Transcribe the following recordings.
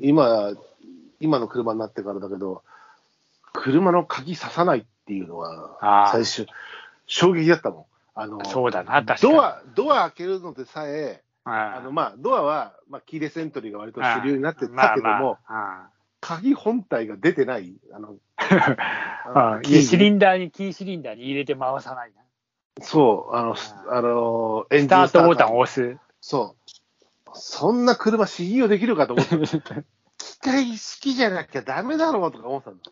今、今の車になってからだけど、車の鍵刺さないっていうのあはー、最初、衝撃だったもん。あの、そうだな、確かに。ドア、ドア開けるのでさえ、ああの、まあ、ドアは、まあ、キーレスエントリーが割と主流になってたけども、あ鍵本体が出てない、あ の、あまああああのいやシリンダーに、キーシリンダーに入れて回さないな。そう、あの、すあの、エンジスンタートボタンをを 押す。そう。そんな車、信用できるかと思って、 機械式じゃなきゃダメだろうとか思ってたんだ。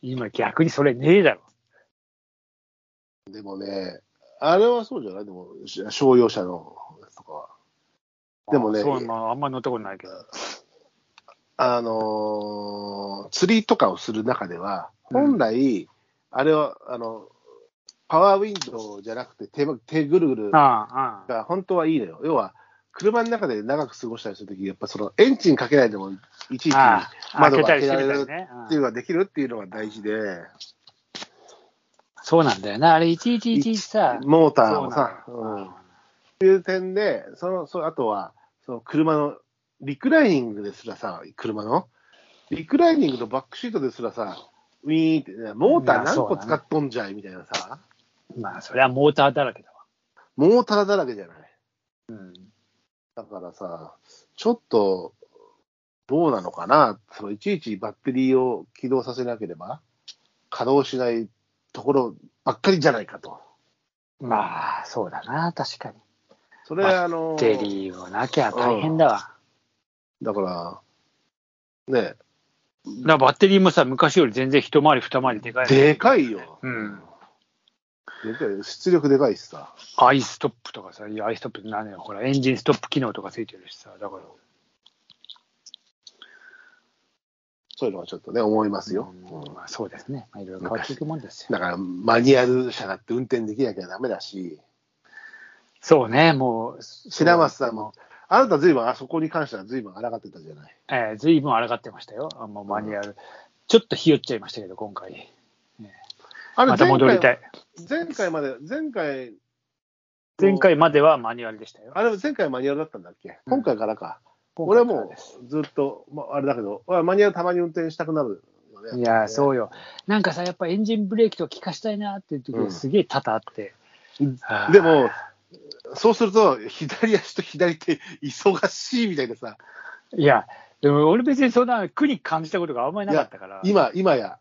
今、逆にそれねえだろ。でもね、あれはそうじゃないでも、し商用車のやつとかは。でもねそう、まあ、あんま乗ったことないけど。あのー釣りとかをする中では、うん本来、あれは、あの、パワーウィンドウじゃなくて手ま、手ぐるぐるあがあ、ああ。本当はいいのよ。要は、車の中で長く過ごしたりするとき、やっぱそのエンジンかけないでも、いちいちああ窓が開開けけたられり閉めるたりね。うんっていうのができるっていうのが大事で、そうなんだよな。あれ、いちいちいちいちさ。モーターそうもなさ、んだようんっていう点で、そのそあとは、その車のリクライニングですらさ、車の、リクライニングのバックシートですらさ、ウィーンってね、モーター何個使っとんじゃいみたいなさ、まあ、それはモーターだらけだわ。モーターだらけじゃない。うん。だからさ、ちょっと、どうなのかな、そのいちいちバッテリーを起動させなければ、稼働しないところばっかりじゃないかと。まあ、そうだな。確かに。それはあのバッテリーもなきゃ大変だわ。だから、ね、だからバッテリーもさ、昔より全然一回り二回りでかい。でかいよ。うん。でかいよ出力でかいしさ。アイストップとかさ、いや、アイストップって何よ、ほら、エンジンストップ機能とかついてるしさ、だから、そういうのはちょっとね、思いますよ。うんまあ、そうですね、まあ、いろいろ変わっていくもんですよ。だから、マニュアル車だって運転できなきゃダメだし、そうね、もう、白松さんも、あなたずいぶん、あそこに関してはずいぶん抗ってたじゃない。えー、ずいぶん抗ってましたよ、あもうマニュアル、ちょっとひよっちゃいましたけど、今回、あまた戻りたい。前回まで、前回、前回まではマニュアルでしたよ。あれ、前回マニュアルだったんだっけ、うん今回からか。こ俺はれもう、ずっと、まあ、あれだけど、俺はマニュアルたまに運転したくなるよね。いやー、う。そうよ、なんかさ、やっぱエンジンブレーキとか効かしたいなっていう時、うんすげえ多々あって、あーでも、そうすると、左足と左手、忙しいみたいなさ、いや、でも俺、別にそんな苦に感じたことがあんまりなかったから、今、今や。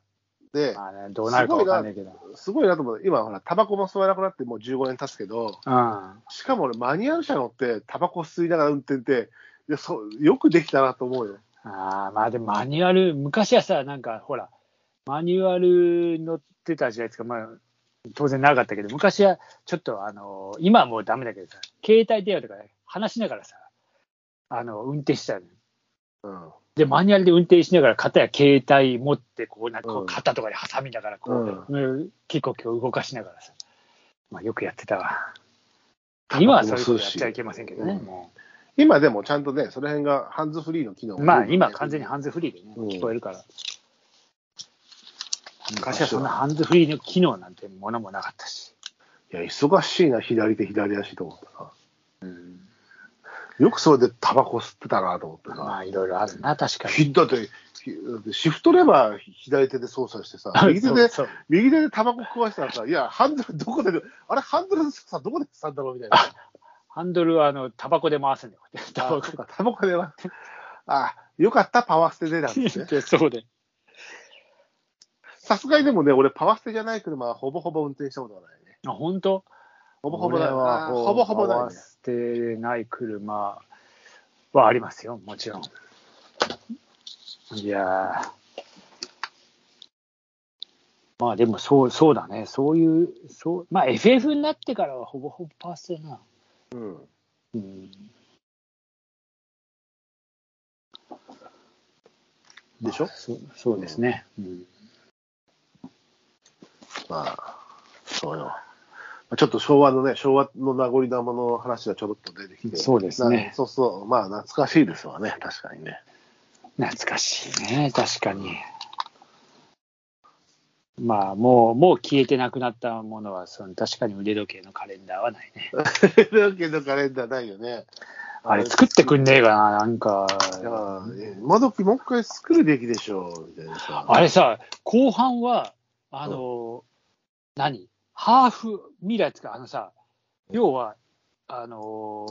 で、まあね、どうなるかわかんないけど。すごいなと思って、今ほら、タバコも吸わなくなってもう15年経つけど、うんしかも俺、マニュアル車乗って、タバコ吸いながら運転って、いやそうよくできたなと思うよ。ああ、まあでもマニュアル、昔はさ、なんかほら、マニュアル乗ってた時代ですか、まあ、当然なかったけど、昔はちょっと、あの今はもうダメだけどさ、携帯電話とか話しながらさ、あの運転してたのようん。で、マニュアルで運転しながら、肩や携帯持って、こう、なんかこううん肩とかで挟みながら、こう、うんキコキコ動かしながらさ、まあ、よくやってたわ。今はそういうことやっちゃいけませんけどね、うんも今でもちゃんとね、その辺がハンズフリーの機能うまあ、今、完全にハンズフリーでね、うん聞こえるから。昔はそんなハンズフリーの機能なんてものもなかったし。いや、忙しいな、左手、左足と思ってさ。よくそれでタバコ吸ってたなと思ってさ。まあ、いろいろあるな、確かに。ひだって、ひだってシフトレバー左手で操作してさ、右手で、 そうそう右手でタバコ食わしたらさ、いや、ハンドルどこで、あれ、ハンドルさ、どこでしたんだろうみたいな。ハンドルは、あの、タバコで回すんだよ。タバコあそうかタバコでは。あ、よかった、パワー捨てでなんですね。で。 そうで。さすがにでもね、俺、パワー捨てじゃない車はほぼほぼ運転したことがないね。あ、本当ほぼほぼだ俺はあーほぼほぼ合だわね。せてない車はありますよ、もちろん。いやー。まあでもそう、そうだね。そういう、そう、まあ FF になってからはほぼほぼパースだな。うん。うん。でしょまあそうそうですね。うん。まあ、そうよ。まあちょっと昭和のね、昭和の名残玉の話がちょろっと出てきて。そうですねなそうそう。まあ、懐かしいですわね、確かに ね。懐かしいね、確かに。まあ、もう、もう消えてなくなったものは、その確かに腕時計のカレンダーはないね。というわけのカレンダーないよね。あれ作ってくんねえかな、なんか。いやー、え窓木もう一回作るべきでしょ、みたいなさ。あれさ、後半は、あの、何ハーフミラーつか、あのさ、要は、あの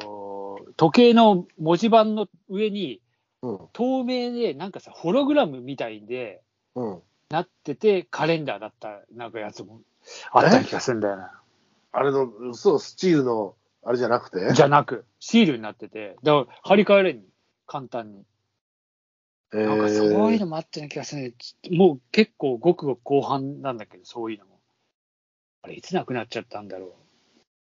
ー時計の文字盤の上に、うん、透明で、なんかさ、ホログラムみたいで、うん。なってて、カレンダーだった、なんかやつも、あった気がするんだよな。あれの、そう、スチールの、あれじゃなくてじゃなく、シールになってて、だから貼り替えれん、簡単に。えなんかそういうのもあったような気がするね。ちょっともう結構ごくごく後半なんだけど、そういうのも。あれ、いつなくなっちゃったんだろ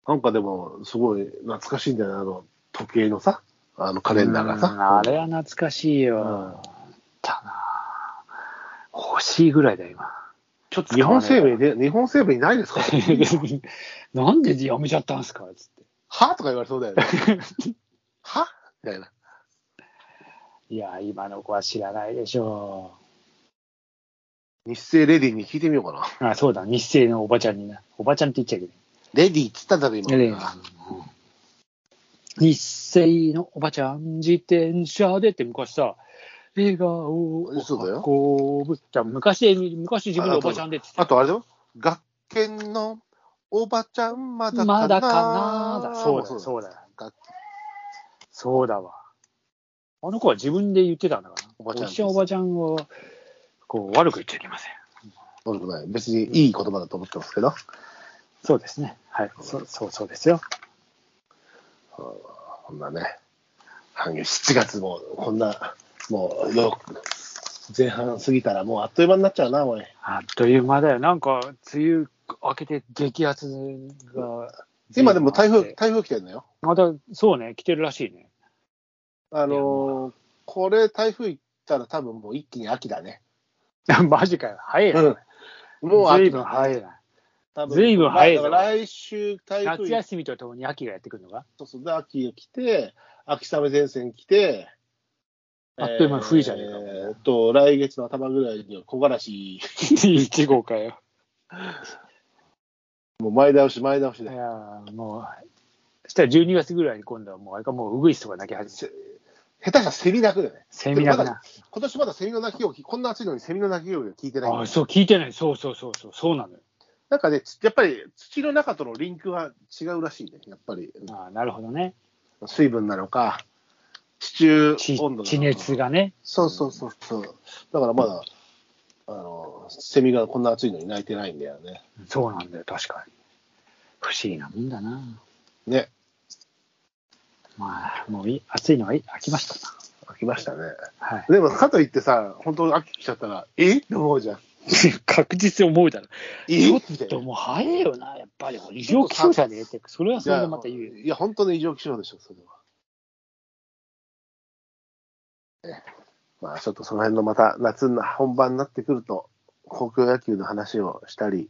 う。なんかでも、すごい懐かしいんだよな、あの、時計のさ、あのカレンダーがうさん。あれは懐かしいうよ。んあったなぁ欲しいぐらいだよ、今。ちょっ日本生命で、日本生命にないですか命 なんでやめちゃったんすかつって。はとか言われそうだよ ね。はみたいな。いや、今の子は知らないでしょ日清レディーに聞いてみようかな。う。あ、そうだ、日清のおばちゃんにな。おばちゃんって言っちゃいけない。レディーっつったんだろ、今。レディー日清のおばちゃん、自転車でって昔さ、笑顔をそうだよ運ぶ。じゃあ昔、昔自分のおばちゃんでって言あってとあれだよ。学研のおばちゃんまだかたな。まだかなだ。そうだ、うそうだ。だ。そうだわ。あの子は自分で言ってたんだから。おばちゃんです一緒おばちゃんを、こう、悪く言っちゃいけません。悪くない。別にいい言葉だと思ってますけど。そうですね。はい。そう、そう、そうですよ。こんなね、半月、7月も、こんな、もう、よ前半過ぎたら、もうあっという間になっちゃうな、おい。あっという間だよ。なんか、梅雨明けて激アツが。今でも台風、。台風来てるのよ。また、そうね、来てるらしいね。 あのーこれ台風行ったら多分もう一気に秋だね。マジかよ。早いな。うん。もうずい秋ぶんだ、早いな。多分随分早いぞだから来週台風夏行っ休みとともに秋がやってくるのが、 そうそうで秋が来て、秋雨前線来て、あっという間に冬じゃねえかえーっと、来月の頭ぐらいには木枯ら し、 1号かよ。もう前倒し前倒しいやで、ーもう、そしたら12月ぐらいに今度はもう、あれか、もうウグイスとか泣き始めてせ下手したらセミ鳴くだよね。セミなでもくまなだ。今年まだセミの鳴き声を聞、こんな暑いのにセミの鳴き声を聞いてないんだよあそう、聞いてない。そうそうそうそう、そうなのよ。なんかね、つやっぱり土の中とのリンクは違うらしいね。やっぱり、ああ、なるほどね。水分なのか、地中地温度なのか地熱がね。そうそうそうそう。だからまだ、あの、セミがこんな暑いのに鳴いてないんだよね。そうなんだよ、確かに。不思議なもんだな。ね、まあ、もういい暑いのはいい飽きましたな。飽きましたね。はい。でも、かといってさ、本当秋来ちゃったら、えって思うじゃん。 確実に思うだろ。えちょみったいとな。もう早いよな、やっぱり。異常気象者でって、それはそれでまた言うよ。いや、本当の異常気象でしょ、それは。ねまあ、ちょっとその辺のまた夏の本番になってくると、高校野球の話をしたり、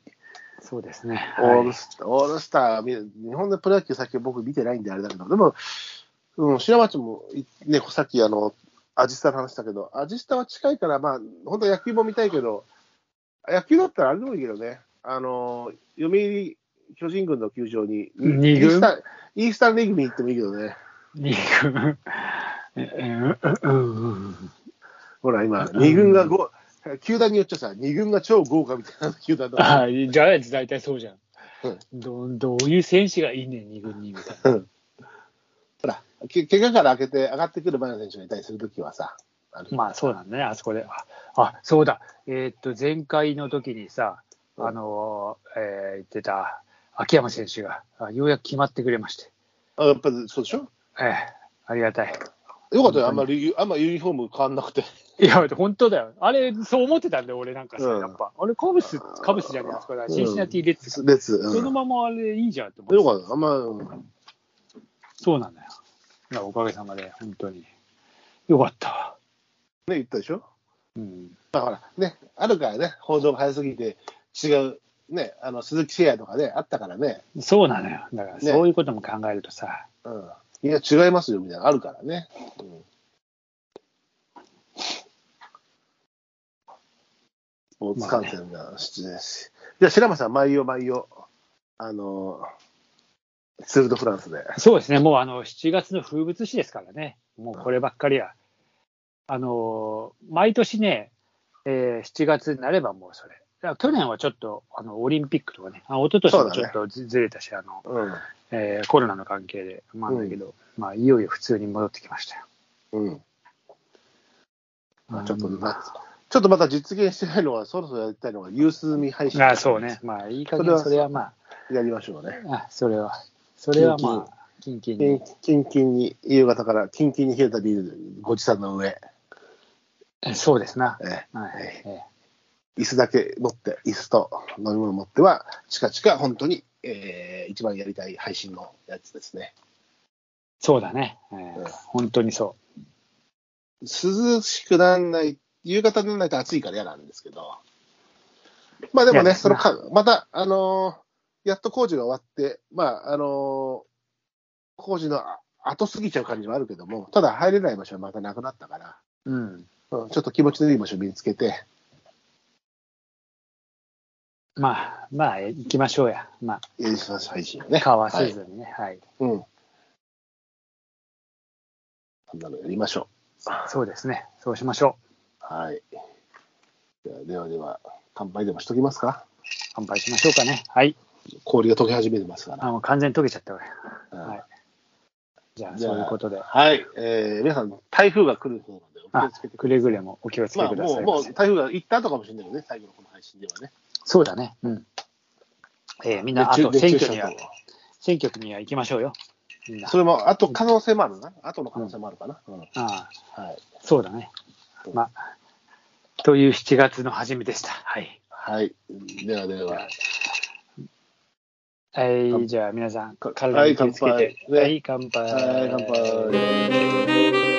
そうですね。オーはルいスター、オールスター見る、日本のプロ野球先僕見てないんであれだけど、でも、うん、白町もい、ね、さっきあの、アジスタの話したけど、アジスタは近いから、まあ、本当野球も見たいけど、野球だったらあれでもいいけどね、あの、読売巨人軍の球場に、二イー軍スタン、イースタンリーグに行ってもいいけどね。二軍。えうんうんうんほら、今、うん二軍がご、球団によっちゃさ、二軍が超豪華みたいな球団だから ああ、ジャイアンツ大体そうじゃんうん。どどういう選手がいいねん、二軍に、みたいな。ほら、け怪我から開けて上がってくる前の選手がいたりするときはさ、あの まあそうなんだね、あそこで。あ、あそうだ、えーっと、前回の時にさ、あのーえー言ってた秋山選手があようやく決まってくれまして、あやっぱりそうでしょええありがたい。よかったよ、あんまり、あんまユニフォーム変わんなくて。いや、本当だよ。あれ、そう思ってたんだよ、俺なんかさ、うんやっぱ。あれ、カブス、カブスじゃねえですか、シンシナティ・レッツ、列。うそのん、ままあれ、いいじゃんって思ってよかった、あんま、うんそうなんだよ。いやおかげさまで、本当に。よかったわ。ね、言ったでしょうん。まあほら、ね、あるからね、報道が早すぎて、違う、ね、あの、鈴木誠也とかね、あったからね、そうなのよ。だから、ねそういうことも考えるとさ、うん。いや、違いますよ、みたいなのあるからね。うんスポーツ観戦が必要ですし。じゃあ、白間さん、毎夜毎夜、あの、ツール・ド・フランスで。そうですね、もうあの7月の風物詩ですからね、もうこればっかりは。あのー毎年ね、えー7月になればもうそれ。だから去年はちょっとあのオリンピックとかね、あ一昨年もちょっとず,、ずれたし、あのうん。えーコロナの関係で、まあだけど、まあいよいよ普通に戻ってきましたよ。うん。まあちょっとうんな、ちょっとまだ実現してないのは、そろそろやりたいのは、ユース見配信。あそうね。。まあいい加減、そそれれはまやりましょうね。あ、あそれは、それはまあ、キンキンに。キンキンに、夕方からキンキンに冷えたビール、ごちさんの上、そうですな。ええはいええ椅子だけ持って、椅子と飲み物持っては、近々本当に、えー一番やりたい配信のやつですね。そうだね、えーうん本当にそ涼しくならない、夕方にならないと暑いから嫌なんですけど。まあでもいやね、そのか、また、あのーやっと工事が終わって、まあ、あのー工事のあ後過ぎちゃう感じはあるけども、ただ入れない場所はまたなくなったから、う。うん。うん、ちょっと気持ちのいい場所見つけて、まあ、まあ、え行きましょうや。まエリスマス配信をね。あ、かわはせいずにね、はい。うん。そんなのやりましょう。そうですね。そうしましょう。はい。ではではでは、乾杯でもしときますか乾杯しましょうかね。はい。氷が溶け始めてますから。あもう完全に溶けちゃった、俺。うんはいじゃあ、じゃあそういうことで。はい、えー、皆さん、台風が来るそうなので、おあ気をつけてくくれぐれもお気をつださけい。くまだあ、もう、さいもまうせ。台風が行ったとかもしれないけどね、最後のこの配信ではね。そうだね。うん。えーみんな、あ熱中と選挙に熱は中症、と選挙には行きましょうよ。みんな。それも、あと可能性もあるな。あとの可能性もあるかな。うんはああ、い。そうだね。まあ、という7月の初めでした。はい。はい。ではでは、はい、じゃあ皆さん、か体に気をつけはいて。乾杯はい、乾杯。はい乾杯。